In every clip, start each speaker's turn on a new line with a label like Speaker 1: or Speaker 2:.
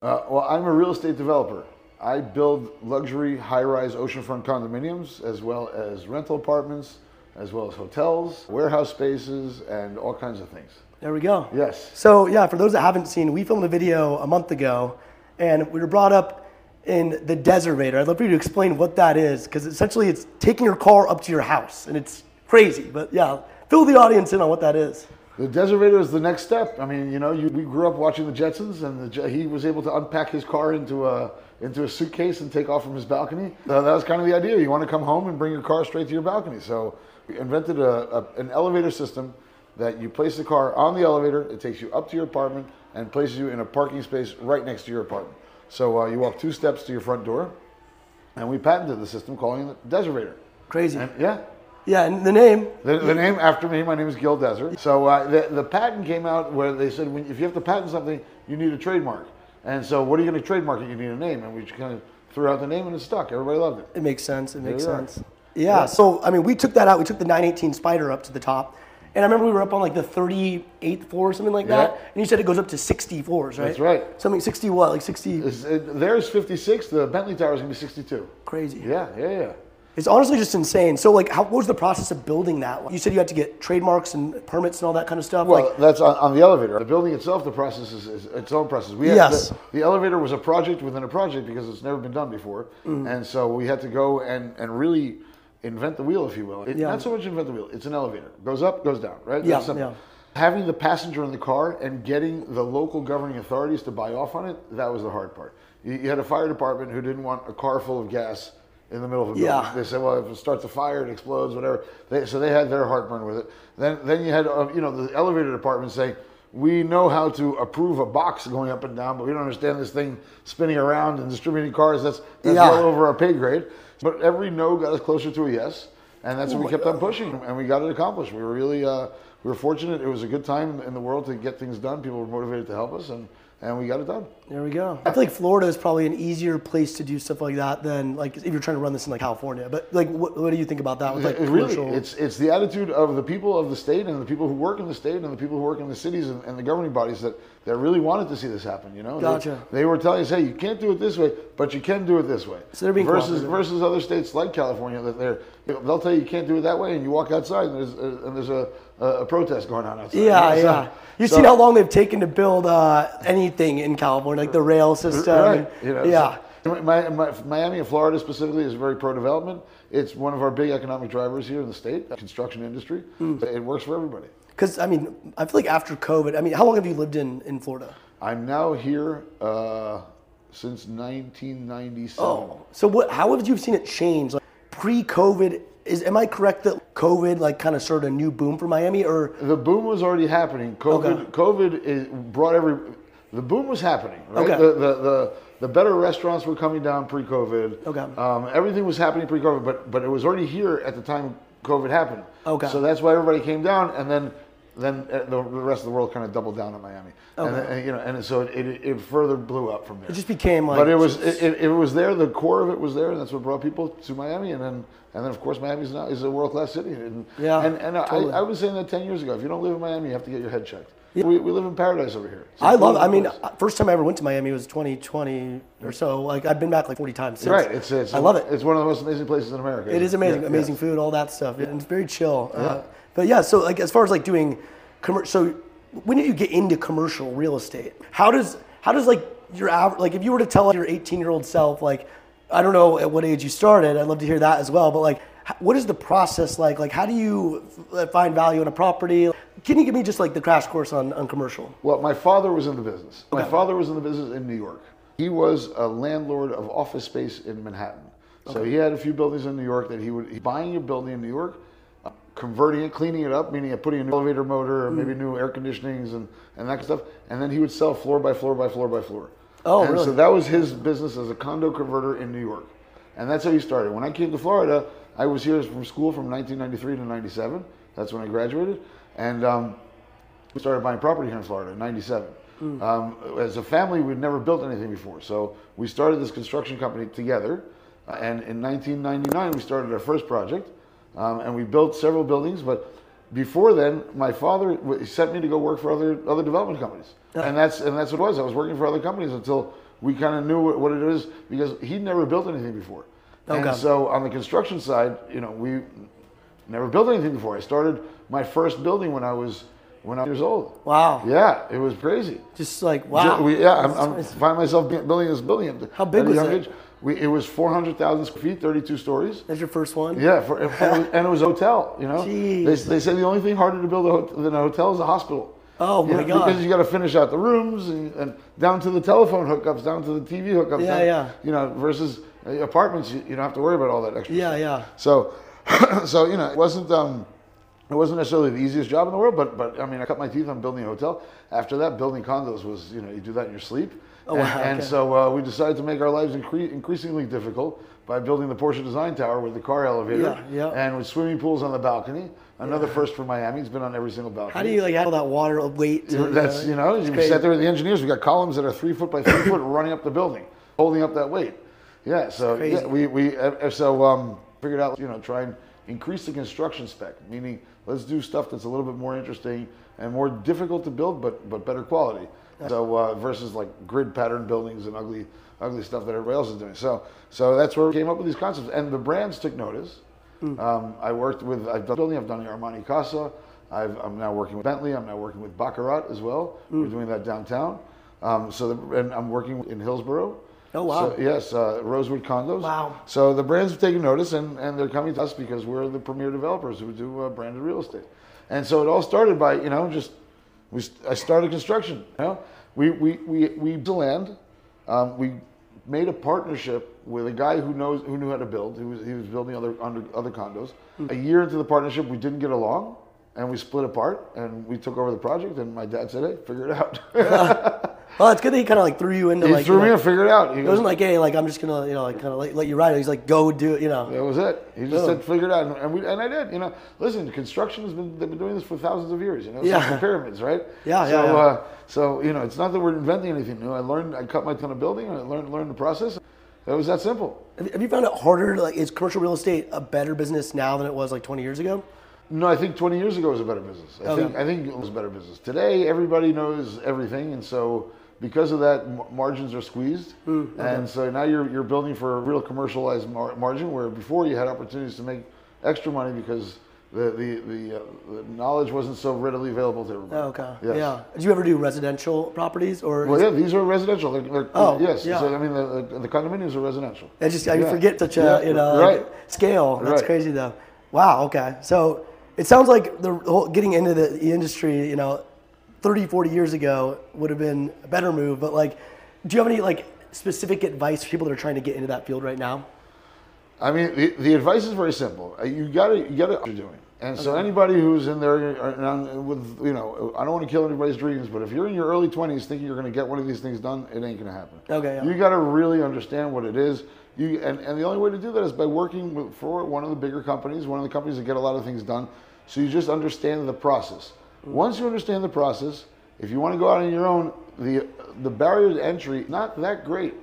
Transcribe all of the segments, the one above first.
Speaker 1: Uh, well, I'm a real estate developer. I build luxury high rise oceanfront condominiums as well as rental apartments, as well as hotels, warehouse spaces, and all kinds of things.
Speaker 2: There we go.
Speaker 1: Yes.
Speaker 2: So yeah, for those that haven't seen, we filmed a video a month ago, and we were brought up in the Deserator. I'd love for you to explain what that is, because essentially it's taking your car up to your house, and it's crazy. But yeah, fill the audience in on what that is.
Speaker 1: The Deserator is the next step. I mean, you know, you, we grew up watching the Jetsons, and the, Je- he was able to unpack his car into a into a suitcase and take off from his balcony. So that was kind of the idea. You want to come home and bring your car straight to your balcony. So we invented a, a, an elevator system that you place the car on the elevator. It takes you up to your apartment and places you in a parking space right next to your apartment. So uh, you walk two steps to your front door, and we patented the system, calling it the Deserator.
Speaker 2: Crazy.
Speaker 1: And yeah,
Speaker 2: yeah, and the name.
Speaker 1: the, the name after me, my name is Gil Desert. So uh, the, the patent came out where they said, when, if you have to patent something, you need a trademark. And so, what are you going to trademark? it? You need a name. And we just kind of threw out the name and it stuck. Everybody loved it.
Speaker 2: It makes sense. It makes
Speaker 1: you are.
Speaker 2: sense. Yeah, So I mean, we took that out. We took the 918 Spider up to the top, and I remember we were up on like the 38th floor or something like that.
Speaker 1: Yeah.
Speaker 2: And you said it goes up to 60 floors, right?
Speaker 1: That's right.
Speaker 2: Something 60 what? Like 60.
Speaker 1: It's- it- There's 56, the Bentley Tower is going to be 62.
Speaker 2: crazy.
Speaker 1: Yeah, yeah, yeah.
Speaker 2: It's honestly just insane. So like, how what was the process of building that? You said you had to get trademarks and permits and all that kind of stuff.
Speaker 1: Well,
Speaker 2: like,
Speaker 1: that's on, on the elevator. The building itself, the process is, is its own process. We had
Speaker 2: Yes.
Speaker 1: the, the elevator was a project within a project because it's never been done before,
Speaker 2: Mm.
Speaker 1: and so we had to go and, and really invent the wheel, if you will. It-
Speaker 2: Yeah.
Speaker 1: Not so much invent the wheel; it's an elevator. Goes up, goes down, right?
Speaker 2: Yeah,
Speaker 1: That's simple.
Speaker 2: yeah.
Speaker 1: Having the passenger in the car and getting the local governing authorities to buy off on it—that was the hard part. You, you had a fire department who didn't want a car full of gas in the middle of a building.
Speaker 2: Yeah.
Speaker 1: They said, well, if it starts a fire, it explodes, whatever. They, so they had their heartburn with it. Then, then you had, uh, you know, the elevator department saying, we know how to approve a box going up and down, but we don't understand this thing spinning around and distributing cars. That's, that's
Speaker 2: Yeah.
Speaker 1: well over our pay grade. But every no got us closer to a yes, and that's what we kept on pushing, and we got it accomplished. We were really, uh, we were fortunate. It was a good time in the world to get things done. People were motivated to help us, and, and we got it done.
Speaker 2: there we go. I feel like Florida is probably an easier place to do stuff like that than like if you're trying to run this in like California. But like, what, what do you think about that? With like
Speaker 1: It really,
Speaker 2: commercial-
Speaker 1: it's it's the attitude of the people of the state and the people who work in the state and the people who work in the cities and, and the governing bodies that, that really wanted to see this happen. You know, They-
Speaker 2: Gotcha.
Speaker 1: They, were telling us, hey, you can't do it this way, but you can do it this way.
Speaker 2: So they're being
Speaker 1: versus
Speaker 2: cooperative.
Speaker 1: versus other states like California that they're you know, they'll tell you you can't do it that way, and you walk outside and there's a, and there's a, a a protest going on outside.
Speaker 2: Yeah,
Speaker 1: You know, so-
Speaker 2: yeah. You've
Speaker 1: so-
Speaker 2: seen how long they've taken to build uh, anything in California, like the rail system.
Speaker 1: Right. You know,
Speaker 2: yeah.
Speaker 1: so- Mi- Mi- Miami and Florida specifically is very pro-development. It's one of our big economic drivers here in the state, construction industry.
Speaker 2: Hmm.
Speaker 1: It works for everybody.
Speaker 2: Because, I mean, I feel like after COVID, I mean, how long have you lived in, in Florida?
Speaker 1: I'm now here uh, since 1997.
Speaker 2: Oh. So, what, how have you seen it change? Like, pre COVID, is am I correct that COVID, like, kind of started a new boom for Miami? Or,
Speaker 1: The boom was already happening. COVID,
Speaker 2: Okay.
Speaker 1: COVID is, brought every. The boom was happening. Right?
Speaker 2: Okay.
Speaker 1: The, the, the, the better restaurants were coming down pre-COVID.
Speaker 2: Okay.
Speaker 1: Um, everything was happening pre-COVID, but but it was already here at the time COVID happened.
Speaker 2: Okay.
Speaker 1: So that's why everybody came down, and then then uh, the the rest of the world kind of doubled down on Miami. And,
Speaker 2: Okay.
Speaker 1: and, you know, and so it, it, it further blew up from there.
Speaker 2: it just became like.
Speaker 1: But it was it, it, it was there. The core of it was there, and that's what brought people to Miami. And then and then of course Miami's now is a world class city. And
Speaker 2: Yeah,
Speaker 1: and, and
Speaker 2: totally.
Speaker 1: I, I was saying that ten years ago. If you don't live in Miami, you have to get your head checked. We, we live in paradise over here. It's a
Speaker 2: I love. I
Speaker 1: beautiful
Speaker 2: mean,
Speaker 1: place.
Speaker 2: uh, first time I ever went to Miami was 2020 or so. Like I've been back like 40 times since.
Speaker 1: right. It's, it's
Speaker 2: I love it.
Speaker 1: It's one of the most amazing places in America.
Speaker 2: It is amazing,
Speaker 1: Yeah,
Speaker 2: amazing
Speaker 1: yeah.
Speaker 2: food, all that stuff, and it's very chill. Uh, but yeah, so like as far as like doing, commer- so when did you get into commercial real estate? How does how does like your average like if you were to tell like, your 18 year old self like I don't know at what age you started, I'd love to hear that as well. But like, h- what is the process like? Like, how do you f- uh, find value in a property? Can you give me just like the crash course on, on commercial?
Speaker 1: Well, my father was in the business. My
Speaker 2: Okay.
Speaker 1: father was in the business in New York. He was a landlord of office space in Manhattan. So he had a few buildings in New York that he would he, buying a building in New York, uh, converting it, cleaning it up, meaning uh, putting a new elevator motor
Speaker 2: Hmm.
Speaker 1: or maybe new air conditionings and, and that kind of stuff. And then he would sell floor by floor by floor by floor.
Speaker 2: Oh,
Speaker 1: and
Speaker 2: really?
Speaker 1: So that was his business as a condo converter in New York. And that's how he started. When I came to Florida, I was here from school from 1993 to 97. That's when I graduated. And um, we started buying property here in Florida in '97. Um, as a family, we'd never built anything before, so we started this construction company together. uh, And in 1999, we started our first project, um, and we built several buildings. But before then, my father w- sent me to go work for other other development companies, and that's and that's what it was. I was working for other companies until we kind of knew what, what it is because he'd never built anything before. and
Speaker 2: God.
Speaker 1: so on the construction side, you know, we never built anything before. I started my first building when I was when I was years old.
Speaker 2: Wow.
Speaker 1: Yeah, it was crazy.
Speaker 2: Just like wow.
Speaker 1: Ju- we- yeah, I'm,
Speaker 2: That's
Speaker 1: I'm
Speaker 2: amazing.
Speaker 1: find myself be- building this building. at
Speaker 2: How big
Speaker 1: a
Speaker 2: was
Speaker 1: young
Speaker 2: it?
Speaker 1: age. We, it was 400,000 square feet, 32 stories.
Speaker 2: That's your first one.
Speaker 1: Yeah, for, and, it was, and it was a hotel, you know? They,
Speaker 2: Jeez.
Speaker 1: they say the only thing harder to build a hot than a hotel is a hospital.
Speaker 2: Oh,
Speaker 1: You
Speaker 2: my
Speaker 1: know,
Speaker 2: God.
Speaker 1: Because you got to finish out the rooms and, and down to the telephone hookups, down to the TV hookups.
Speaker 2: Yeah,
Speaker 1: down-
Speaker 2: yeah.
Speaker 1: You know, versus uh, apartments, you, you don't have to worry about all that extra.
Speaker 2: Yeah,
Speaker 1: stuff.
Speaker 2: yeah.
Speaker 1: So, so you know, it wasn't um, it wasn't necessarily the easiest job in the world, but but I mean, I cut my teeth on building a hotel. After that, building condos was you know you do that in your sleep.
Speaker 2: Oh,
Speaker 1: and,
Speaker 2: wow,
Speaker 1: and
Speaker 2: okay.
Speaker 1: so uh, we decided to make our lives incre- increasingly difficult by building the Porsche Design Tower with the car elevator
Speaker 2: Yeah, yeah.
Speaker 1: and with swimming pools on the balcony. Another first for Miami. It's been on every single balcony.
Speaker 2: How do you like handle that water weight? to-
Speaker 1: That's you know,
Speaker 2: it's
Speaker 1: you
Speaker 2: crazy.
Speaker 1: sat there with the engineers. We got columns that are three foot by three foot running up the building, holding up that weight. Yeah, so
Speaker 2: crazy.
Speaker 1: yeah, we we uh, uh, so um, figured out you know try and increase the construction spec, meaning let's do stuff that's a little bit more interesting and more difficult to build, but but better quality. So uh, versus like grid pattern buildings and ugly ugly stuff that everybody else is doing. So so that's where we came up with these concepts, and the brands took notice.
Speaker 2: Mm.
Speaker 1: Um, I worked with, I've done building, I've done the Armani Casa. I've, I'm now working with Bentley. I'm now working with Baccarat as well.
Speaker 2: Mm.
Speaker 1: We're doing that downtown. Um, so, the, and I'm working in Hillsborough.
Speaker 2: Oh, wow.
Speaker 1: So, yes, uh, Rosewood Condos.
Speaker 2: Wow.
Speaker 1: So the brands have taken notice and, and they're coming to us because we're the premier developers who do uh, branded real estate. And so it all started by, you know, just, we, st- I started construction, you know? We, we, we, we built land. Um, we made a partnership with a guy who knows, who knew how to build. He was, he was building other, under, other condos.
Speaker 2: Hmm.
Speaker 1: A year into the partnership, we didn't get along. And we split apart, and we took over the project. And my dad said, "Hey, figure it out."
Speaker 2: Well, Oh, it's good that he kind of like threw you into
Speaker 1: he
Speaker 2: like.
Speaker 1: threw
Speaker 2: you
Speaker 1: me
Speaker 2: know,
Speaker 1: a figure it out. He
Speaker 2: It
Speaker 1: goes,
Speaker 2: wasn't like, hey, like I'm just gonna, you know, like kind of like, let you ride. it. He's like, go do it, you know.
Speaker 1: That was it. He just
Speaker 2: Oh.
Speaker 1: said, figure it out. And- And, we, and I did. You know, listen, construction has been, they've been doing this for thousands of years, you know, it's like
Speaker 2: Yeah.
Speaker 1: the pyramids, right?
Speaker 2: Yeah,
Speaker 1: so,
Speaker 2: yeah, yeah.
Speaker 1: Uh, so, you know, it's not that we're inventing anything new. I learned, I cut my ton of building and I learned, learned the process. It was that simple.
Speaker 2: Have have you found it harder? to, Like, is commercial real estate a better business now than it was like 20 years ago?
Speaker 1: No, I think 20 years ago was a better business. I
Speaker 2: Okay.
Speaker 1: think I think it was a better business. Today, everybody knows everything, and so because of that, m- margins are squeezed,
Speaker 2: Hmm,
Speaker 1: and so now you're you're building for a real commercialized mar- margin where before you had opportunities to make extra money because the the the, uh, the knowledge wasn't so readily available to everybody.
Speaker 2: Oh, okay.
Speaker 1: Yes.
Speaker 2: Yeah. Did you ever do residential properties or?
Speaker 1: Well, yeah, these are residential. They're, they're,
Speaker 2: Oh,
Speaker 1: yes.
Speaker 2: yeah.
Speaker 1: So, I mean, the, the- the condominiums are residential.
Speaker 2: I just I
Speaker 1: Yeah.
Speaker 2: forget such a
Speaker 1: Yeah,
Speaker 2: you know
Speaker 1: right.
Speaker 2: like, scale. That's
Speaker 1: Right.
Speaker 2: crazy though. Wow. Okay. So it sounds like the whole, getting into the industry, you know, 30, 40 years ago would have been a better move. But like, do you have any like specific advice for people that are trying to get into that field right now?
Speaker 1: I mean, the, the advice is very simple. Uh, You got to you got to what you're doing. And so anybody who's in there uh, and I'm- with you know, I don't want to kill anybody's dreams, but if you're in your early 20s thinking you're going to get one of these things done, it ain't going to happen.
Speaker 2: Okay, yeah.
Speaker 1: You got to really understand what it is. You and, and the only way to do that is by working with, for one of the bigger companies, one of the companies that get a lot of things done. So you just understand the process.
Speaker 2: Mm.
Speaker 1: Once you understand the process, if you want to go out on your own, the the barrier to entry not that great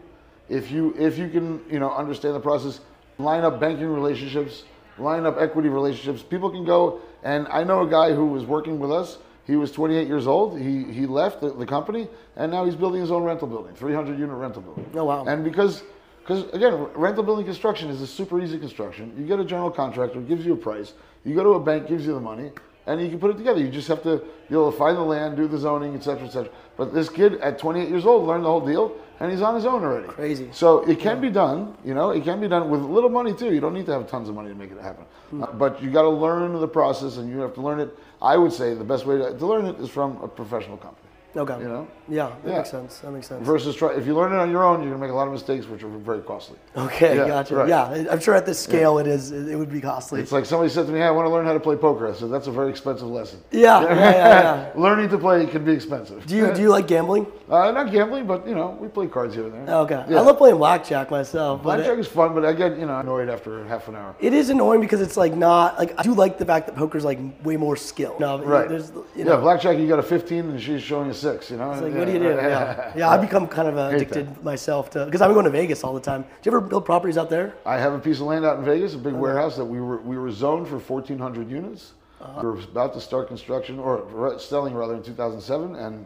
Speaker 1: if you if you can you know understand the process line up banking relationships line up equity relationships people can go and i know a guy who was working with us he was 28 years old he he left the, the company and now he's building his own rental building 300 unit rental building
Speaker 2: Oh, wow.
Speaker 1: and because because again rental building construction is a super easy construction you get a general contractor gives you a price you go to a bank gives you the money and you can put it together you just have to be able to find the land do the zoning etc cetera, etc cetera. but this kid at 28 years old learned the whole deal and he's on his own already
Speaker 2: Crazy.
Speaker 1: so it can be done, you know, it can be done with little money too. You don't need to have tons of money to make it happen. Uh, but you got to learn the process and you have to learn it. I would say the best way to, to learn it is from a professional company.
Speaker 2: Okay.
Speaker 1: You know?
Speaker 2: Yeah. That
Speaker 1: Yeah.
Speaker 2: makes sense. That makes sense.
Speaker 1: Versus try, if you learn it on your own, you're going to make a lot of mistakes, which are very costly.
Speaker 2: Okay.
Speaker 1: Yeah,
Speaker 2: gotcha.
Speaker 1: right.
Speaker 2: Yeah. I- I'm sure at this scale it is. It it would be costly.
Speaker 1: It's like somebody said to me, hey, I want to learn how to play poker. I said, that's a very expensive lesson.
Speaker 2: yeah. Yeah. Yeah. yeah.
Speaker 1: Learning to play can be expensive.
Speaker 2: do you do you like gambling? Oh,
Speaker 1: Uh, not gambling, but, you know, we play cards here and there.
Speaker 2: Okay.
Speaker 1: Yeah.
Speaker 2: I love playing blackjack myself. but it-
Speaker 1: Blackjack is fun, but I get, you know, annoyed after half an hour.
Speaker 2: It is annoying because it's like not like I do like the fact that poker's like way more skill. No,
Speaker 1: Right.
Speaker 2: There's you
Speaker 1: yeah,
Speaker 2: know,
Speaker 1: blackjack, you got a 15 and she's showing you six, you know?
Speaker 2: it's like what do you do? Yeah, yeah. I've become kind of
Speaker 1: Hate that.
Speaker 2: addicted myself to because I'm going to Vegas all the time. Do you ever build properties out there?
Speaker 1: I have a piece of land out in Vegas, a big warehouse that we were, we were zoned for
Speaker 2: Uh-huh.
Speaker 1: 1,400 units. We were about to start construction, or re- selling rather, in 2007, and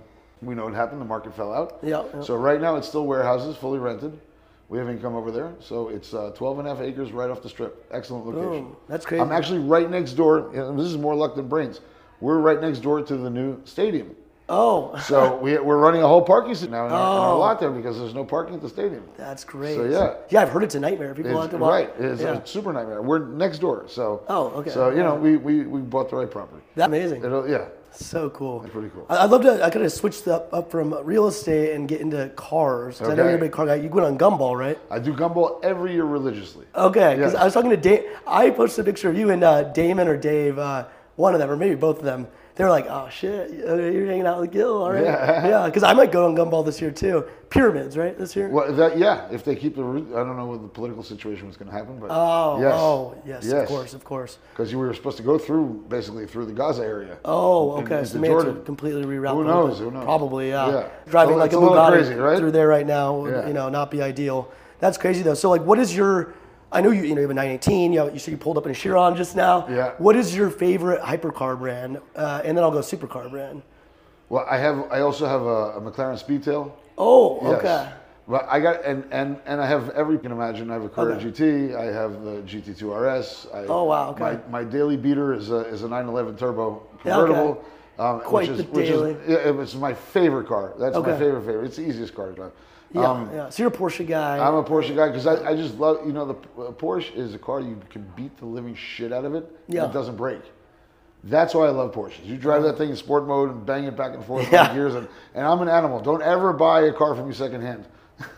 Speaker 1: We know what happened. The market fell out.
Speaker 2: Yeah, yeah.
Speaker 1: So right now it's still warehouses, fully rented. We have income over there. So it's uh, 12 and a half acres right off the strip. Excellent location.
Speaker 2: Boom. Hmm, That's crazy.
Speaker 1: I'm actually right next door. and This is more luck than brains. We're right next door to the new stadium.
Speaker 2: oh,
Speaker 1: So we, we're running a whole parking sit now in, our, in our
Speaker 2: Oh.
Speaker 1: lot there because there's no parking at the stadium.
Speaker 2: that's great.
Speaker 1: So, yeah.
Speaker 2: yeah, I've heard it's a nightmare. People
Speaker 1: It's-
Speaker 2: have to walk.
Speaker 1: right. It's
Speaker 2: yeah.
Speaker 1: a super nightmare. We're next door. So
Speaker 2: Oh, okay.
Speaker 1: So you know we, we, we bought the right property.
Speaker 2: That's amazing.
Speaker 1: It'll, yeah.
Speaker 2: So cool.
Speaker 1: That's pretty cool.
Speaker 2: I- I'd love to. I could have switched up, up from real estate and get into cars. 'cause I know
Speaker 1: Okay.
Speaker 2: you're a big car guy. You went on Gumball, right?
Speaker 1: I do gumball every year religiously.
Speaker 2: Okay. Because
Speaker 1: Yeah.
Speaker 2: I was talking to Dave. I posted a picture of you and uh, Damon or Dave, uh, one of them, or maybe both of them. They were like, "Oh shit, you're hanging out with Gil, all right?"
Speaker 1: Yeah.
Speaker 2: Yeah. Because I might go on Gumball this year too. Pyramids, right? This year.
Speaker 1: Well, that yeah. If they keep the, re- I don't know what the political situation was going to happen, but
Speaker 2: Oh.
Speaker 1: yes.
Speaker 2: Oh. Yes, Of course. Of course.
Speaker 1: Because you were supposed to go through basically through the Gaza area.
Speaker 2: Oh,
Speaker 1: In-
Speaker 2: okay.
Speaker 1: into
Speaker 2: so maybe it's
Speaker 1: Jordan.
Speaker 2: completely reroute.
Speaker 1: Who
Speaker 2: the
Speaker 1: knows?
Speaker 2: route.
Speaker 1: Who knows?
Speaker 2: Probably, yeah.
Speaker 1: Yeah.
Speaker 2: Driving
Speaker 1: So
Speaker 2: like
Speaker 1: it's
Speaker 2: a
Speaker 1: a little
Speaker 2: Bugatti
Speaker 1: crazy, right?
Speaker 2: through there right now, would,
Speaker 1: Yeah.
Speaker 2: you know, not be ideal. That's crazy though. So like, what is your? I know you, you know, you have a 918. You, have, you said you pulled up in a Chiron just now.
Speaker 1: Yeah.
Speaker 2: What is your favorite hypercar brand? Uh, and then I'll go supercar brand.
Speaker 1: Well, I have. I also have a, a McLaren Speedtail.
Speaker 2: Oh,
Speaker 1: Yes.
Speaker 2: okay.
Speaker 1: But I got and and and I have every you can imagine. I have a Carrera
Speaker 2: Okay.
Speaker 1: GT. I have the GT2 RS. I,
Speaker 2: Oh, wow, okay.
Speaker 1: My, my daily beater is a is a 911 turbo convertible. Um,
Speaker 2: Quite
Speaker 1: which
Speaker 2: the
Speaker 1: is, which
Speaker 2: daily.
Speaker 1: Is, yeah, it was my favorite car. That's my
Speaker 2: Okay.
Speaker 1: favorite favorite. It's the easiest car Um, to drive.
Speaker 2: Yeah, yeah. So you're a Porsche guy.
Speaker 1: I'm a Porsche guy because I, I just love you know the uh, Porsche is a car you can beat the living shit out of it. and
Speaker 2: Yeah.
Speaker 1: it doesn't break. That's why I love Porsches. You drive that thing in sport mode and bang it back and forth
Speaker 2: Yeah.
Speaker 1: for years, and, and I'm an animal. Don't ever buy a car from me secondhand.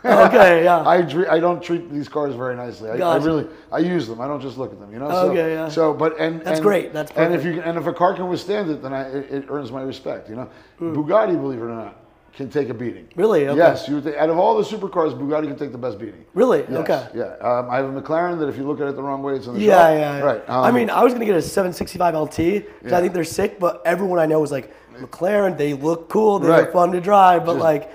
Speaker 2: okay, yeah.
Speaker 1: I dre- I don't treat these cars very nicely. I, I
Speaker 2: Gotcha.
Speaker 1: really I use them. I don't just look at them. You know. so,
Speaker 2: Okay, yeah.
Speaker 1: So but and
Speaker 2: That's
Speaker 1: and-
Speaker 2: great. That's
Speaker 1: and if
Speaker 2: perfect.
Speaker 1: you can- and if a car can withstand it, then I, it, it earns my respect. You know, Bugatti, believe it or not, can take a beating.
Speaker 2: Hmm. Really? Okay.
Speaker 1: Yes. You would think, out of all the supercars, Bugatti can take the best beating.
Speaker 2: really?
Speaker 1: Yes,
Speaker 2: Okay.
Speaker 1: Yeah. Um, I have a McLaren that if you look at it the wrong way, it's in the
Speaker 2: Yeah,
Speaker 1: shop.
Speaker 2: yeah, yeah.
Speaker 1: Right. um,
Speaker 2: I mean, I was gonna get a 765 LT because I think they're sick, but everyone I know was like McLaren. They look cool. They
Speaker 1: Right.
Speaker 2: look fun to drive, but
Speaker 1: Just-
Speaker 2: like.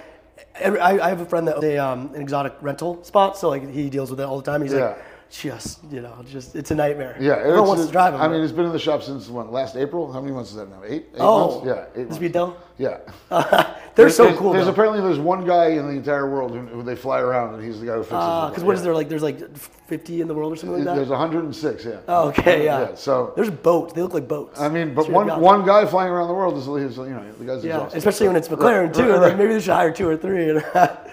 Speaker 2: Every, I, I have a friend that owns a, um, an exotic rental spot, so like he deals with it all the time. He's
Speaker 1: Yeah.
Speaker 2: like, just you know, just it's a nightmare.
Speaker 1: yeah.
Speaker 2: everyone
Speaker 1: it's-
Speaker 2: wants to drive them.
Speaker 1: I mean, it's been in the shop since when? Last April. How many months is that now? Eight. Eight
Speaker 2: oh,
Speaker 1: months? Yeah. Eight
Speaker 2: this
Speaker 1: months.
Speaker 2: Beadell?
Speaker 1: Yeah.
Speaker 2: they're so
Speaker 1: there's,
Speaker 2: cool.
Speaker 1: There's
Speaker 2: though.
Speaker 1: apparently there's one guy in the entire world who, who they fly around, and he's the guy who fixes.
Speaker 2: Ah,
Speaker 1: the-
Speaker 2: because what
Speaker 1: yeah.
Speaker 2: is there like? There's like 50 in the world or something like
Speaker 1: There's
Speaker 2: that.
Speaker 1: 106. Yeah.
Speaker 2: Oh, okay, yeah.
Speaker 1: So
Speaker 2: There's boats. They look like boats.
Speaker 1: I mean, but
Speaker 2: Straight
Speaker 1: one
Speaker 2: up.
Speaker 1: one guy flying around the world is, is you know the guy's
Speaker 2: Yeah,
Speaker 1: exhausted.
Speaker 2: especially when it's McLaren too.
Speaker 1: right,
Speaker 2: like,
Speaker 1: right.
Speaker 2: Maybe they should hire two or three.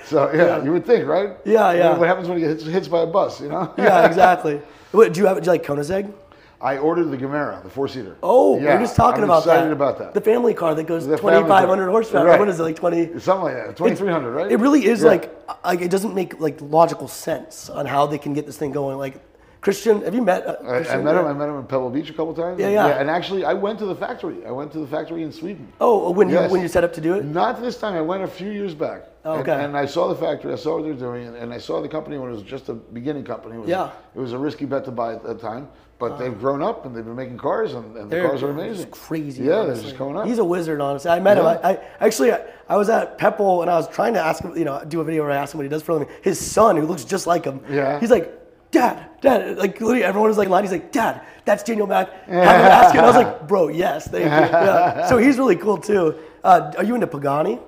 Speaker 1: So yeah, you would think, right?
Speaker 2: Yeah,
Speaker 1: You know,
Speaker 2: yeah.
Speaker 1: What happens when he gets hits by a bus? You know.
Speaker 2: yeah, exactly. What, do you have? Do you like Koenigsegg?
Speaker 1: I ordered the Gamera, the four seater.
Speaker 2: Oh, we are just talking
Speaker 1: I'm
Speaker 2: about
Speaker 1: excited
Speaker 2: that.
Speaker 1: about that.
Speaker 2: The family car that goes
Speaker 1: The family car.
Speaker 2: 2,500 horsepower.
Speaker 1: Right.
Speaker 2: What is it like 20?
Speaker 1: Something like that. 2300, right?
Speaker 2: It really is
Speaker 1: Yeah.
Speaker 2: like like it doesn't make like logical sense on how they can get this thing going. Like Christian, have you met? Uh,
Speaker 1: I, I
Speaker 2: Christian?
Speaker 1: met him. I met him in Pebble Beach a couple times.
Speaker 2: Yeah, yeah.
Speaker 1: And actually, I went to the factory. I went to the factory in Sweden.
Speaker 2: Oh, when you
Speaker 1: Yes.
Speaker 2: when you set up to do it?
Speaker 1: Not this time. I went a few years back. And-
Speaker 2: Okay.
Speaker 1: And, I saw the factory. I saw what they're doing, and, and I saw the company when it was just a beginning company. It was,
Speaker 2: Yeah.
Speaker 1: It was a risky bet to buy at the time, but they've grown up and they've been making cars, and, and the
Speaker 2: They're-
Speaker 1: cars are
Speaker 2: they're
Speaker 1: amazing.
Speaker 2: just crazy.
Speaker 1: Yeah, they're
Speaker 2: honestly.
Speaker 1: just coming up.
Speaker 2: He's a wizard, honestly. I met him.
Speaker 1: Yeah.
Speaker 2: I, I actually I, I was at Pepple and I was trying to ask him, you know, do a video where I asked him what he does for a living. His son, who looks just like him,
Speaker 1: Yeah.
Speaker 2: he's like, Dad, Dad, like literally everyone is like in line. He's like, Dad, that's Daniel Mack. Have him ask him. I was like, Bro, yes, thank you. Yeah. So he's really cool too. Uh, are you into Pagani?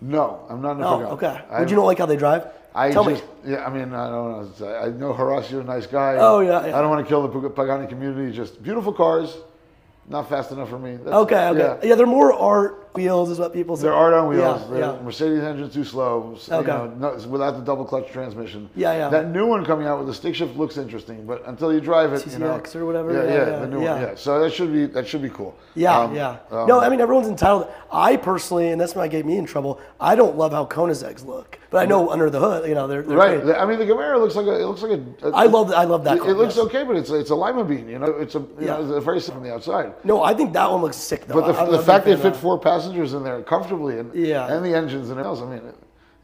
Speaker 1: no, I'm not in a
Speaker 2: Oh,
Speaker 1: Pagani.
Speaker 2: okay.
Speaker 1: I-
Speaker 2: Would you not like how they drive?
Speaker 1: I
Speaker 2: Tell
Speaker 1: just,
Speaker 2: me.
Speaker 1: yeah, I mean, I don't know. I know Horacio, a nice guy.
Speaker 2: Oh, yeah, yeah.
Speaker 1: I don't want to kill the Pag- Pagani community. Just beautiful cars, not fast enough for me. That's-
Speaker 2: Okay, okay. Yeah.
Speaker 1: yeah.
Speaker 2: they're more art wheels, is what people say.
Speaker 1: They're art on wheels.
Speaker 2: Yeah,
Speaker 1: They're
Speaker 2: yeah.
Speaker 1: Mercedes engine too slow. s- you
Speaker 2: Okay.
Speaker 1: know, no- without the double clutch transmission.
Speaker 2: Yeah, yeah.
Speaker 1: That new one coming out with the stick shift looks interesting, but until you drive it, you know,
Speaker 2: TCX or whatever,
Speaker 1: Yeah,
Speaker 2: yeah,
Speaker 1: yeah,
Speaker 2: yeah,
Speaker 1: the new one.
Speaker 2: yeah.
Speaker 1: Yeah. So that should be that should be cool.
Speaker 2: Yeah,
Speaker 1: Um,
Speaker 2: yeah.
Speaker 1: um,
Speaker 2: no, I mean everyone's entitled. I personally, and that's what gave me in trouble. I don't love how Koenigseggs look, but I know under the hood, you know, they're, they're
Speaker 1: right.
Speaker 2: great.
Speaker 1: I mean, the Gamera looks like a. It looks like a.
Speaker 2: I love, I love that.
Speaker 1: It,
Speaker 2: car,
Speaker 1: it looks
Speaker 2: yes.
Speaker 1: okay, but it's it's a lima bean. You know, it's a you
Speaker 2: Yeah.
Speaker 1: know, it's a very from the outside.
Speaker 2: No, I think that one looks sick though.
Speaker 1: But
Speaker 2: I- I'm
Speaker 1: the,
Speaker 2: a
Speaker 1: the
Speaker 2: big
Speaker 1: fact they
Speaker 2: fan of
Speaker 1: fit
Speaker 2: that.
Speaker 1: four passengers in there comfortably, and
Speaker 2: Yeah.
Speaker 1: and the engines and else. I mean,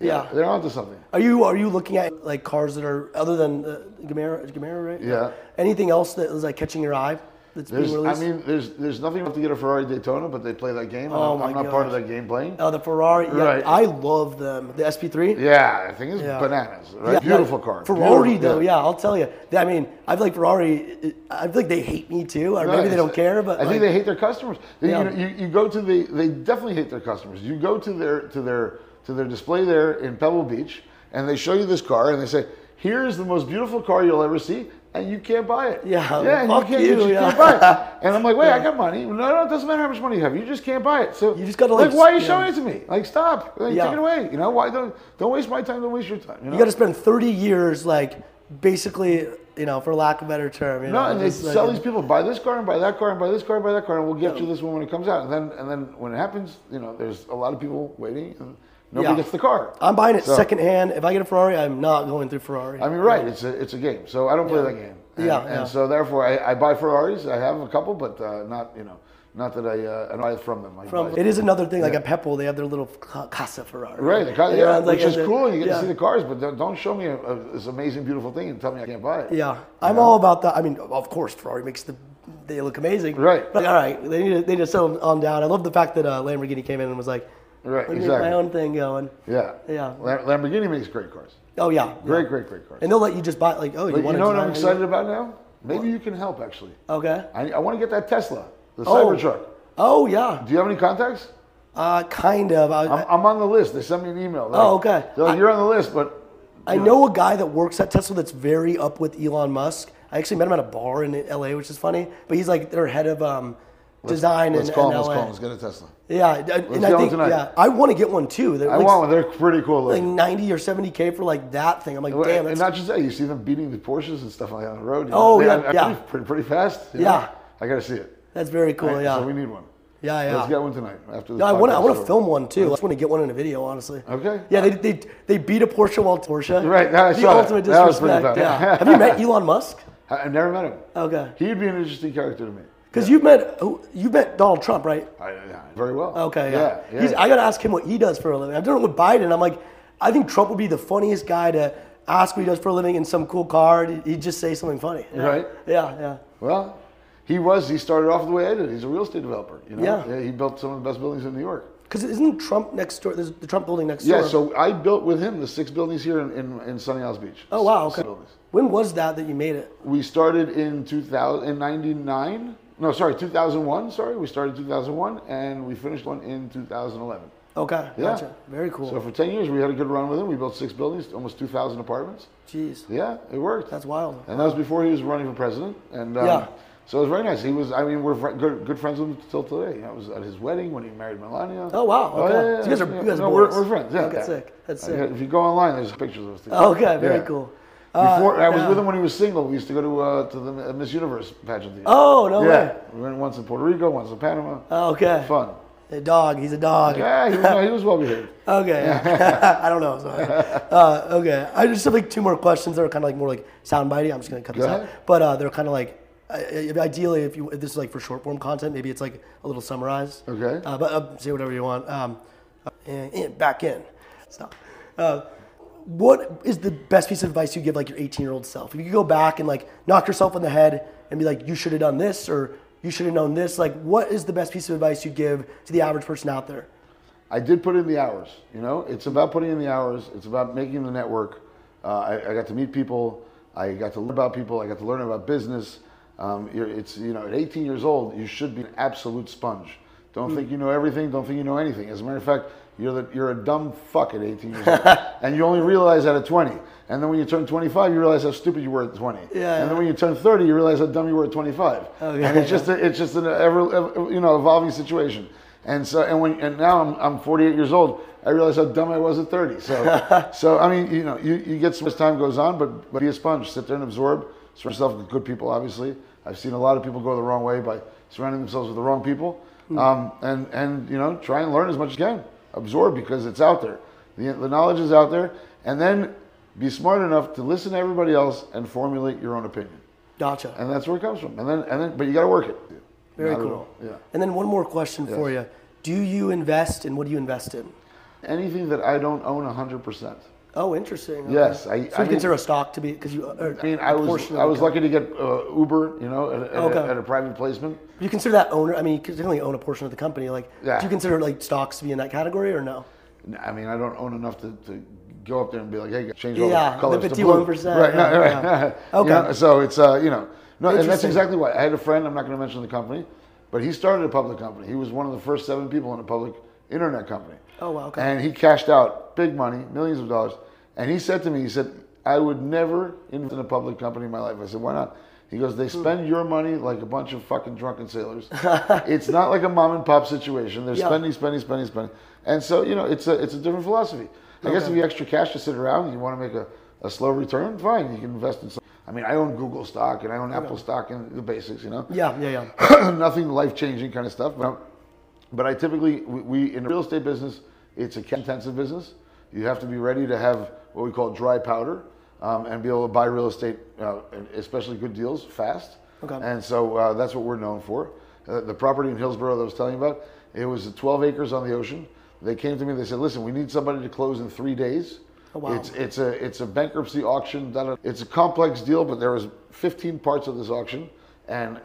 Speaker 2: Yeah.
Speaker 1: they're onto something.
Speaker 2: Are you are you looking at like cars that are other than the uh, Gamera, Gamera, right?
Speaker 1: Yeah.
Speaker 2: Anything else that is like catching your eye? that's
Speaker 1: There's,
Speaker 2: being
Speaker 1: I
Speaker 2: released?
Speaker 1: mean, there's there's nothing left to get a Ferrari Daytona, but they play that game. and
Speaker 2: Oh
Speaker 1: I'm, I'm
Speaker 2: my
Speaker 1: not part of
Speaker 2: gosh.
Speaker 1: that game playing.
Speaker 2: oh, the Ferrari. Yeah,
Speaker 1: Right.
Speaker 2: I love them. The SP3.
Speaker 1: yeah, I think it's
Speaker 2: Yeah.
Speaker 1: bananas. Right?
Speaker 2: Yeah,
Speaker 1: Beautiful
Speaker 2: yeah.
Speaker 1: car.
Speaker 2: Ferrari
Speaker 1: Beautiful-
Speaker 2: though, yeah. I'll tell you. They- I mean, I feel like Ferrari. I feel like they hate me too, or maybe they
Speaker 1: Nice.
Speaker 2: don't care. But
Speaker 1: I
Speaker 2: like-
Speaker 1: think they hate their customers. They-
Speaker 2: Yeah.
Speaker 1: you, know, you, you go to the they definitely hate their customers. You go to their to their to their display there in Pebble Beach, and they show you this car, and they say, "Here is the most beautiful car you'll ever see." And you can't buy it.
Speaker 2: Yeah,
Speaker 1: yeah, and
Speaker 2: fuck
Speaker 1: you, can't,
Speaker 2: you,
Speaker 1: just
Speaker 2: yeah.
Speaker 1: can't buy it. And I'm like, wait, I got money. No, no, it doesn't matter how much money you have. You just can't buy it. So
Speaker 2: You just gotta, like,
Speaker 1: why are you
Speaker 2: yeah.
Speaker 1: showing it to me? Like, stop. Like,
Speaker 2: Yeah.
Speaker 1: Take it away. You know, why don't don't waste my time. Don't waste your time. You know,
Speaker 2: you got to spend 30 years, like basically, you know, for lack of a better term. You
Speaker 1: No,
Speaker 2: know,
Speaker 1: and they
Speaker 2: just, like,
Speaker 1: sell these people buy this car and buy that car and buy this car and buy that car and we'll get you this one when it comes out. And then and then when it happens, you know, there's a lot of people waiting and nobody
Speaker 2: Yeah. Uh,
Speaker 1: gets the car.
Speaker 2: I'm buying it
Speaker 1: So-
Speaker 2: secondhand. If I get a Ferrari, I'm not going through Ferrari.
Speaker 1: I mean, right? It's a it's a game. So I don't play that game. And,
Speaker 2: Yeah,
Speaker 1: and
Speaker 2: yeah.
Speaker 1: so therefore I, I buy Ferraris. I have a couple, but uh, not you know not that I uh, I don't buy from them. I
Speaker 2: From,
Speaker 1: buy-
Speaker 2: it is another thing. Like at Pepple, they have their little ca- Casa Ferrari.
Speaker 1: Right, the car,
Speaker 2: And
Speaker 1: yeah,
Speaker 2: everyone's like,
Speaker 1: which is
Speaker 2: and the-
Speaker 1: cool. You get
Speaker 2: yeah.
Speaker 1: to see the cars, but don't, don't show me a, a, this amazing, beautiful thing and tell me I can't buy it.
Speaker 2: Yeah, I'm all about that. I mean, of course, Ferrari makes the they look amazing.
Speaker 1: Right.
Speaker 2: But all right, they need to, they need to settle on down. I love the fact that uh, Lamborghini came in and was like,
Speaker 1: Right,
Speaker 2: "Let me get
Speaker 1: exactly.
Speaker 2: my own thing going."
Speaker 1: Yeah,
Speaker 2: Yeah.
Speaker 1: Lam- Lamborghini makes great cars.
Speaker 2: Oh yeah,
Speaker 1: Great, great, great cars.
Speaker 2: and they'll let you just buy like, oh, you
Speaker 1: But
Speaker 2: want
Speaker 1: you
Speaker 2: to
Speaker 1: know what
Speaker 2: design
Speaker 1: I'm
Speaker 2: it?
Speaker 1: excited about now? Maybe you can help actually.
Speaker 2: Okay.
Speaker 1: I, I want to get that Tesla, the
Speaker 2: Oh.
Speaker 1: Cybertruck.
Speaker 2: Oh yeah,
Speaker 1: Do you have any contacts?
Speaker 2: uh, kind of. I,
Speaker 1: I'm, I'm on the list. They sent me an email. They're
Speaker 2: Oh,
Speaker 1: like-
Speaker 2: okay.
Speaker 1: they're like,
Speaker 2: I-
Speaker 1: You're on the list, but
Speaker 2: I know a guy that works at Tesla that's very up with Elon Musk. I actually met him at a bar in LA, which is funny. But he's like their head of um, design
Speaker 1: let's
Speaker 2: in,
Speaker 1: call
Speaker 2: in
Speaker 1: him. Let's
Speaker 2: LA.
Speaker 1: call him. Let's get a Tesla.
Speaker 2: Yeah, and and
Speaker 1: get
Speaker 2: I
Speaker 1: one
Speaker 2: think
Speaker 1: tonight.
Speaker 2: yeah, I want to get one too. They're
Speaker 1: I
Speaker 2: like,
Speaker 1: want one. They're pretty cool
Speaker 2: like
Speaker 1: looking.
Speaker 2: 90 or 70k for like that thing. I'm like, damn,
Speaker 1: and
Speaker 2: that's
Speaker 1: not just that, you see them beating the Porsches and stuff like that on the road. you
Speaker 2: Oh,
Speaker 1: They-
Speaker 2: yeah,
Speaker 1: I- I-
Speaker 2: yeah.
Speaker 1: Pretty, pretty fast. you
Speaker 2: Yeah.
Speaker 1: know? I got to see it.
Speaker 2: that's very cool.
Speaker 1: Right,
Speaker 2: yeah.
Speaker 1: So we need one.
Speaker 2: yeah, yeah,
Speaker 1: Let's get one tonight after this.
Speaker 2: No, I want to. I
Speaker 1: podcast
Speaker 2: want to
Speaker 1: is
Speaker 2: film one too. I just want to get one in a video, honestly.
Speaker 1: Okay.
Speaker 2: Yeah, they, they, they beat a Porsche while Porsche.
Speaker 1: Right, I
Speaker 2: the
Speaker 1: saw that.
Speaker 2: ultimate
Speaker 1: That was pretty bad.
Speaker 2: disrespect. yeah. Have you met Elon Musk?
Speaker 1: over. I- I've never met him.
Speaker 2: Okay.
Speaker 1: He'd be an interesting character to me.
Speaker 2: Because you've met who- you've met Donald Trump, right?
Speaker 1: I, I, very well.
Speaker 2: Okay, yeah.
Speaker 1: Yeah. yeah,
Speaker 2: He's,
Speaker 1: yeah.
Speaker 2: I gotta ask him what he does for a living. I'm doing it with Biden. I'm like, I think Trump would be the funniest guy to ask what he does for a living in some cool car. and He'd just say something funny. Yeah.
Speaker 1: Right.
Speaker 2: Yeah, yeah.
Speaker 1: Well, he was. He started off the way I did. He's a real estate developer. You know?
Speaker 2: Yeah.
Speaker 1: He built some of the best buildings in New York.
Speaker 2: Because isn't Trump next door? There's the Trump building next door.
Speaker 1: Yeah. So I built with him the six buildings here in, in, in Sunny Isles Beach.
Speaker 2: Oh wow.
Speaker 1: Six
Speaker 2: Okay.
Speaker 1: buildings.
Speaker 2: When was that that you made it?
Speaker 1: We started in 2000, in 99. No, sorry, 2001. Sorry, we started 2001 and we finished one in 2011.
Speaker 2: Okay.
Speaker 1: Yeah.
Speaker 2: Gotcha. Very cool.
Speaker 1: So for 10 years, we had a good run with him. We built six buildings, almost 2,000 apartments.
Speaker 2: Jeez.
Speaker 1: Yeah, it worked.
Speaker 2: That's wild.
Speaker 1: and that was before he was running for president. And um,
Speaker 2: Yeah.
Speaker 1: so it was very nice. He was, I mean, we're fr- good, good friends with him till today. I was at his wedding when he married Melania.
Speaker 2: Oh, wow. Okay.
Speaker 1: yeah, yeah,
Speaker 2: So you guys are-
Speaker 1: yeah.
Speaker 2: you guys are
Speaker 1: no, we're,
Speaker 2: boys.
Speaker 1: we're friends. Yeah.
Speaker 2: Okay,
Speaker 1: yeah.
Speaker 2: sick. That's
Speaker 1: Uh,
Speaker 2: sick.
Speaker 1: yeah, If you go online, there's pictures of us together.
Speaker 2: Okay. Very
Speaker 1: Yeah.
Speaker 2: cool. Uh,
Speaker 1: Before I was
Speaker 2: yeah.
Speaker 1: with him when he was single. We used to go to uh, to the uh, Miss Universe pageant. together.
Speaker 2: Oh no
Speaker 1: yeah.
Speaker 2: way.
Speaker 1: We went once in Puerto Rico, once in Panama.
Speaker 2: Okay.
Speaker 1: Fun.
Speaker 2: A dog. He's a dog.
Speaker 1: Yeah, he was, no, he was well behaved.
Speaker 2: Okay. I don't know. Sorry. Uh, okay. I just have like two more questions that are kind of like more like soundbitey. I'm just gonna cut this out.
Speaker 1: ahead.
Speaker 2: But uh, they're kind of like. I- I- Ideally, if you if this is like for short form content, maybe it's like a little summarized.
Speaker 1: Okay.
Speaker 2: Uh, but uh, say whatever you want. Um, uh, and, and back in. Stop. Uh, what is the best piece of advice you give like your 18 year old self? If you could go back and like knock yourself on the head and be like, you should have done this or you should have known this. Like, what is the best piece of advice you give to the average person out there?
Speaker 1: I did put in the hours. You know, it's about putting in the hours. It's about making the network. Uh, I, I got to meet people. I got to learn about people. I got to learn about business. Um, you're, it's you know, at 18 years old, you should be an absolute sponge. Don't
Speaker 2: Hmm.
Speaker 1: think you know everything. Don't think you know anything. As a matter of fact, you're the, you're a dumb fuck at 18 years old, and you only realize that at 20. And then when you turn 25, you realize how stupid you were at 20.
Speaker 2: Yeah,
Speaker 1: And
Speaker 2: yeah.
Speaker 1: then when you turn 30, you realize how dumb you were at 25.
Speaker 2: Okay.
Speaker 1: And it's just a, it's just an ever ever- you know evolving situation. And so and when and now I'm I'm 48 years old. I realize how dumb I was at 30. So so I mean you know you, you get some as time goes on, but but be a sponge. Sit there and absorb. Surround yourself with good people. Obviously, I've seen a lot of people go the wrong way by surrounding themselves with the wrong people. Um, and and you know try and learn as much as you can. Absorb because it's out there. The, the knowledge is out there. And then be smart enough to listen to everybody else and formulate your own opinion
Speaker 2: Gotcha.
Speaker 1: and that's where it comes from. And then, and then, but you got to work it.
Speaker 2: Very
Speaker 1: Not at
Speaker 2: cool.
Speaker 1: all. Yeah.
Speaker 2: And then one more question for you. Do you invest and what do you invest in?
Speaker 1: Anything that I don't own 100%.
Speaker 2: Oh, interesting. Okay.
Speaker 1: Yes, I-
Speaker 2: so
Speaker 1: I
Speaker 2: you
Speaker 1: mean-
Speaker 2: consider a stock to be because you. Or,
Speaker 1: I mean, I was I was lucky to get uh, Uber, you know, at, at, a-
Speaker 2: Okay.
Speaker 1: at a private placement.
Speaker 2: You consider that owner? I mean, you can only own a portion of the company. Like,
Speaker 1: Yeah.
Speaker 2: do you consider like stocks to be in that category or no?
Speaker 1: N- I mean, I don't own enough to, to go up there and be like, hey, change all
Speaker 2: Yeah,
Speaker 1: the
Speaker 2: the
Speaker 1: colors to blue.
Speaker 2: 51%,
Speaker 1: Right, no,
Speaker 2: yeah,
Speaker 1: right.
Speaker 2: yeah.
Speaker 1: You
Speaker 2: Okay.
Speaker 1: know, so it's, uh, you know, no, and that's
Speaker 2: Interesting.
Speaker 1: exactly why. I had a friend, I'm not going to mention the company, but he started a public company. He was one of the first seven people in a public internet company.
Speaker 2: Oh, wow, okay.
Speaker 1: And he cashed out big money, millions of dollars. And he said to me, he said, I would never invest in a public company in my life. I said, why not? He goes, they spend
Speaker 2: Hmm.
Speaker 1: your money like a bunch of fucking drunken sailors. it's not like a mom and pop situation. They're
Speaker 2: Yeah.
Speaker 1: spending, spending, spending, spending. And so, you know, it's a, it's a different philosophy. I guess if you have extra cash to sit around and you want to make a, a slow return, fine, you can invest in some. I mean, I own Google stock and I own Apple stock and the basics, you know?
Speaker 2: Yeah, yeah, yeah.
Speaker 1: nothing life changing kind of stuff. But, but I typically, we, we in the real estate business, it's a cash intensive business. You have to be ready to have what we call dry powder um, and be able to buy real estate, uh, and especially good deals, fast.
Speaker 2: Okay.
Speaker 1: And so uh, that's what we're known for. Uh, the property in Hillsborough that I was telling you about, it was 12 acres on the ocean. They came to me. They said, "Listen, we need somebody to close in three days.
Speaker 2: Oh, wow.
Speaker 1: It's it's a it's a bankruptcy auction. Da, da. It's a complex deal, but there was 15 parts of this auction, and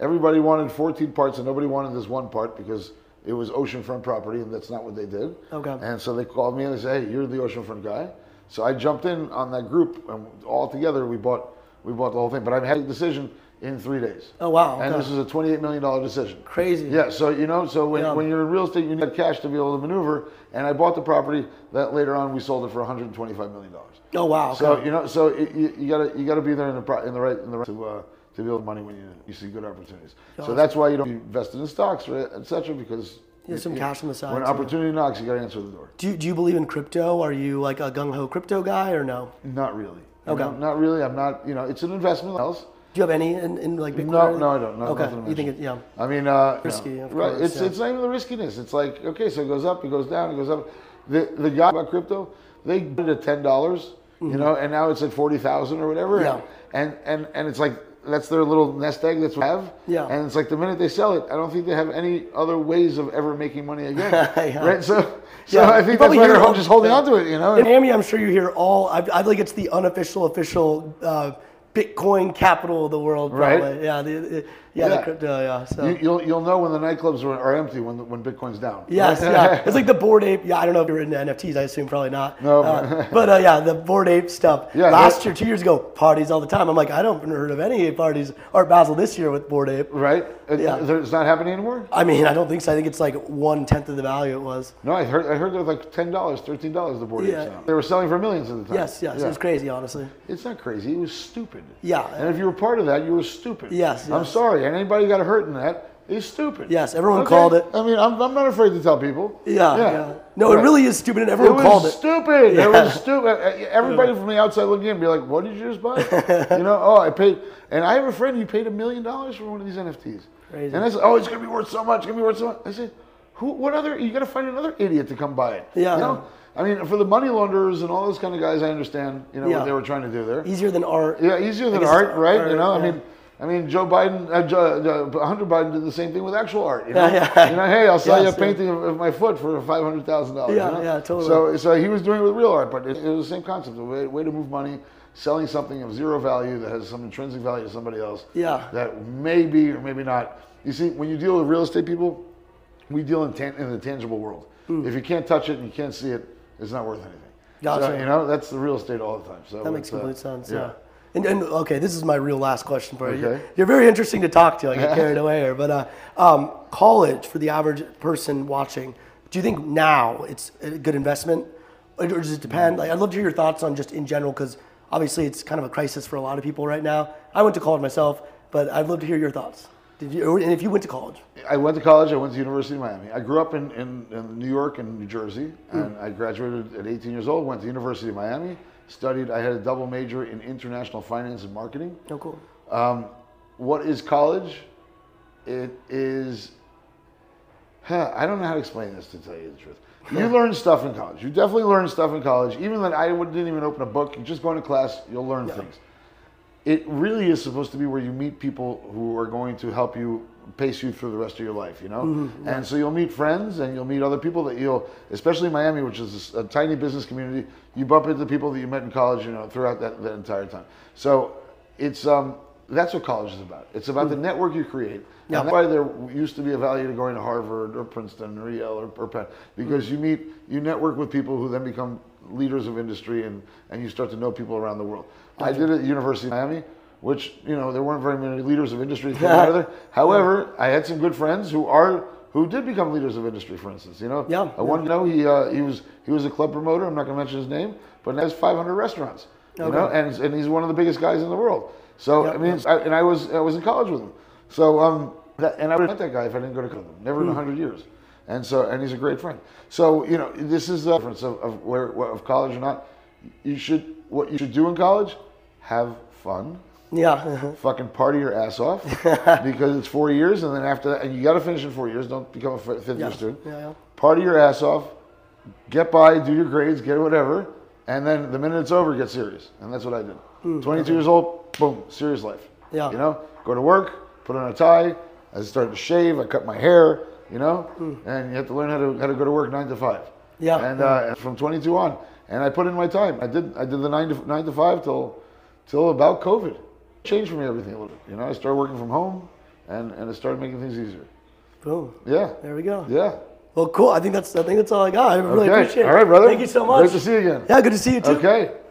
Speaker 1: everybody wanted 14 parts, and nobody wanted this one part because it was oceanfront property, and that's not what they did.
Speaker 2: Okay.
Speaker 1: And so they called me and they said, "Hey, you're the oceanfront guy." So I jumped in on that group, and all together we bought we bought the whole thing. But I had a decision in three days.
Speaker 2: Oh, wow,
Speaker 1: And
Speaker 2: okay.
Speaker 1: this is a 28 million dollar decision.
Speaker 2: Crazy.
Speaker 1: Yeah. So you know, so when,
Speaker 2: Yeah.
Speaker 1: when you're in real estate, you need cash to be able to maneuver. And I bought the property. That later on, we sold it for 125 million dollars.
Speaker 2: Oh wow. Okay.
Speaker 1: So you know, so it, you, you gotta you gotta be there in the pro, in the right in the right to uh, to build money when you, you see good opportunities. So that's why you don't invest in stocks or etc. Because
Speaker 2: You have some
Speaker 1: you-
Speaker 2: cash on the side,
Speaker 1: When
Speaker 2: too.
Speaker 1: opportunity knocks, you gotta answer the door.
Speaker 2: do you, do you believe in crypto? Are you like a gung ho crypto guy or no?
Speaker 1: Not really. You
Speaker 2: Okay.
Speaker 1: know, not really. I'm not. You know, it's an investment. Else.
Speaker 2: Do you have any in, in like Bitcoin?
Speaker 1: No, no, I don't. No,
Speaker 2: okay.
Speaker 1: nothing to
Speaker 2: You think it,
Speaker 1: mention.
Speaker 2: yeah.
Speaker 1: I mean, uh,
Speaker 2: Risky,
Speaker 1: no.
Speaker 2: of
Speaker 1: right?
Speaker 2: course,
Speaker 1: it's
Speaker 2: yeah.
Speaker 1: it's not even the riskiness. It's like okay, so it goes up, it goes down, it goes up. The the guy about crypto, they did at ten dollars, you know, and now it's at forty thousand or whatever.
Speaker 2: Mm-hmm. Yeah.
Speaker 1: And and and it's like that's their little nest egg that's what they have.
Speaker 2: Yeah.
Speaker 1: And it's like the minute they sell it, I don't think they have any other ways of ever making money again.
Speaker 2: Yeah.
Speaker 1: Right. So so
Speaker 2: Yeah.
Speaker 1: I
Speaker 2: You
Speaker 1: think that's
Speaker 2: probably
Speaker 1: why
Speaker 2: hear
Speaker 1: they're
Speaker 2: all-
Speaker 1: just holding on to it, you know.
Speaker 2: In Miami, I'm sure you hear all. I, I like it's the unofficial, official uh, Bitcoin capital of the world.
Speaker 1: Right.
Speaker 2: Probably. Yeah, the, the- yeah,
Speaker 1: Yeah.
Speaker 2: The crypto. Yeah. So.
Speaker 1: You, you'll you'll know when the nightclubs are, are empty when the- when Bitcoin's down.
Speaker 2: Yes, yeah. It's like the board ape. Yeah, I don't know if you're into NFTs. I assume probably not.
Speaker 1: No.
Speaker 2: Uh, but uh, yeah, the board ape stuff.
Speaker 1: Yeah,
Speaker 2: Last
Speaker 1: that-
Speaker 2: year, two years ago, parties all the time. I'm like, I don't heard of any parties. Art Basel this year with board ape.
Speaker 1: Right? It-
Speaker 2: Yeah.
Speaker 1: It's not happening anymore?
Speaker 2: I mean, I don't think so. I think it's like one tenth of the value it was.
Speaker 1: No, I heard I heard they're like ten dollars, thirteen dollars the board
Speaker 2: Yeah.
Speaker 1: yeah. They were selling for millions at the time.
Speaker 2: Yes, yes.
Speaker 1: Yeah.
Speaker 2: It was crazy, honestly.
Speaker 1: It's not crazy. It was stupid.
Speaker 2: Yeah.
Speaker 1: And if you were part of that, you were stupid.
Speaker 2: Yes,
Speaker 1: I'm
Speaker 2: yes.
Speaker 1: sorry. And anybody got hurt in that is stupid.
Speaker 2: Yes, everyone called it.
Speaker 1: I mean, I'm, I'm not afraid to tell people.
Speaker 2: Yeah, yeah. No, it
Speaker 1: Right.
Speaker 2: really is stupid, and
Speaker 1: It
Speaker 2: everyone
Speaker 1: was
Speaker 2: called it.
Speaker 1: stupid.
Speaker 2: Yeah.
Speaker 1: It was stupid. Uh, Everybody from the outside looking in be like, "What did you just buy?" you know, oh, I paid. And I have a friend who paid a million dollars for one of these NFTs.
Speaker 2: Crazy.
Speaker 1: And I said, "Oh, it's gonna be worth so much. It's gonna be worth so much." I said, "Who? What other? You gotta find another idiot to come buy it."
Speaker 2: Yeah.
Speaker 1: You know? I mean, for the money launderers and all those kind of guys, I understand. You know
Speaker 2: Yeah.
Speaker 1: what they were trying to do there.
Speaker 2: Easier than art.
Speaker 1: Yeah, easier than
Speaker 2: guess
Speaker 1: art,
Speaker 2: it's
Speaker 1: right?
Speaker 2: art,
Speaker 1: you know,
Speaker 2: yeah.
Speaker 1: I mean, I mean, Joe Biden, uh, Joe, uh, Hunter Biden did the same thing with actual art. You know,
Speaker 2: Yeah, yeah.
Speaker 1: You know hey, I'll sell
Speaker 2: Yes,
Speaker 1: you a
Speaker 2: yeah.
Speaker 1: painting of, of my foot for five hundred thousand dollars.
Speaker 2: Yeah,
Speaker 1: you know?
Speaker 2: yeah, totally.
Speaker 1: So, so he was doing it with real art, but it, it was the same concept. A way, way to move money, selling something of zero value that has some intrinsic value to somebody else.
Speaker 2: Yeah.
Speaker 1: That maybe or maybe not. You see, when you deal with real estate people, we deal in, tan- in the tangible world. If you can't touch it and you can't see it, it's not worth anything.
Speaker 2: Hmm. Gotcha.
Speaker 1: So, you know, that's the real estate all the time. So
Speaker 2: That makes
Speaker 1: it's, uh,
Speaker 2: complete sense. Yeah. And, and okay, this is my real last question for you.
Speaker 1: Okay.
Speaker 2: You're very interesting to talk to. I get carried away here, but uh, um, college for the average person watching. Do you think now it's a good investment, or or does it depend? Like, I'd love to hear your thoughts on just in general, because obviously it's kind of a crisis for a lot of people right now. I went to college myself, but I'd love to hear your thoughts. Did you? And if you went to college,
Speaker 1: I went to college. I went to University of Miami. I grew up in, in, in New York and New Jersey, and I graduated at 18 years old. Went to University of Miami, studied. I had a double major in international finance and marketing.
Speaker 2: no, cool.
Speaker 1: What is college? It is. Huh, I don't know how to explain this to tell you the truth. You learn stuff in college. You definitely learn stuff in college. Even that I would- didn't even open a book. You're just going to class. You'll learn things. it really is supposed to be where you meet people who are going to help you pace you through the rest of your life, you know? And so you'll meet friends and you'll meet other people that you'll, especially Miami, which is a tiny business community, you bump into people that you met in college, you know, throughout that, that entire time. So it's, um, that's what college is about. It's about the network you create.
Speaker 2: Yeah.
Speaker 1: And that's why there used to be a value to going to Harvard or Princeton or Yale or, or Penn, because you meet, you network with people who then become leaders of industry and, and you start to know people around the world. I did it at University of Miami, which, you know, there weren't very many leaders of industry coming out of there. However, I had some good friends who are, who did become leaders of industry, for instance, you know?
Speaker 2: Yeah.
Speaker 1: I one, you know, he, uh, he was, he was a club promoter. I'm not going to mention his name, but has 500 restaurants, you know, and, and he's one of the biggest guys in the world. So, I mean, I, and I was, I was in college with him. So, um, that, and I would have met that guy if I didn't go to college with him. Never in a hundred years. And so, and he's a great friend. So, you know, this is the difference of, of where, where- of college or not. You should, what you should do in college, have fun,
Speaker 2: Yeah.
Speaker 1: fucking party your ass off, because it's four years, and then after that, and you got to finish in four years. Don't become a fifth year student.
Speaker 2: Yeah, yeah.
Speaker 1: Party your ass off, get by, do your grades, get whatever, and then the minute it's over, get serious. And that's what I did. 22 years old, boom, serious life.
Speaker 2: Hmm, Yeah.
Speaker 1: You know, go to work, put on a tie. I started to shave. I cut my hair. You know, and you have to learn how to how to go to work nine to five.
Speaker 2: Hmm. Yeah.
Speaker 1: And uh, from 22 on, and I put in my time. I did I did the nine to nine to five till till about COVID. Changed for me everything a little bit. You know, I started working from home, and and it started making things easier.
Speaker 2: Boom.
Speaker 1: Yeah.
Speaker 2: There we go.
Speaker 1: Yeah.
Speaker 2: Well, cool. I think that's I think that's all I got. I really
Speaker 1: okay.
Speaker 2: appreciate it.
Speaker 1: All right, brother.
Speaker 2: Thank you so much.
Speaker 1: Great to see you again.
Speaker 2: Yeah, good to see you too.
Speaker 1: Okay.